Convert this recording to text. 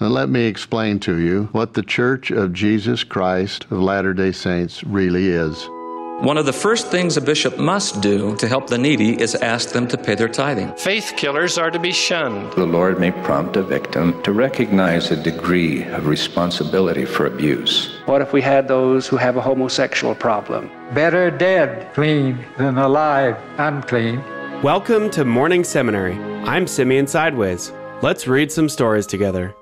Now, let me explain to you what the Church of Jesus Christ of Latter day Saints really is. One of the first things a bishop must do to help the needy is ask them to pay their tithing. Faith killers are to be shunned. The Lord may prompt a victim to recognize a degree of responsibility for abuse. What if we had those who have a homosexual problem? Better dead clean than alive unclean. Welcome to Morning Seminary. I'm Simeon Sideways. Let's read some stories together.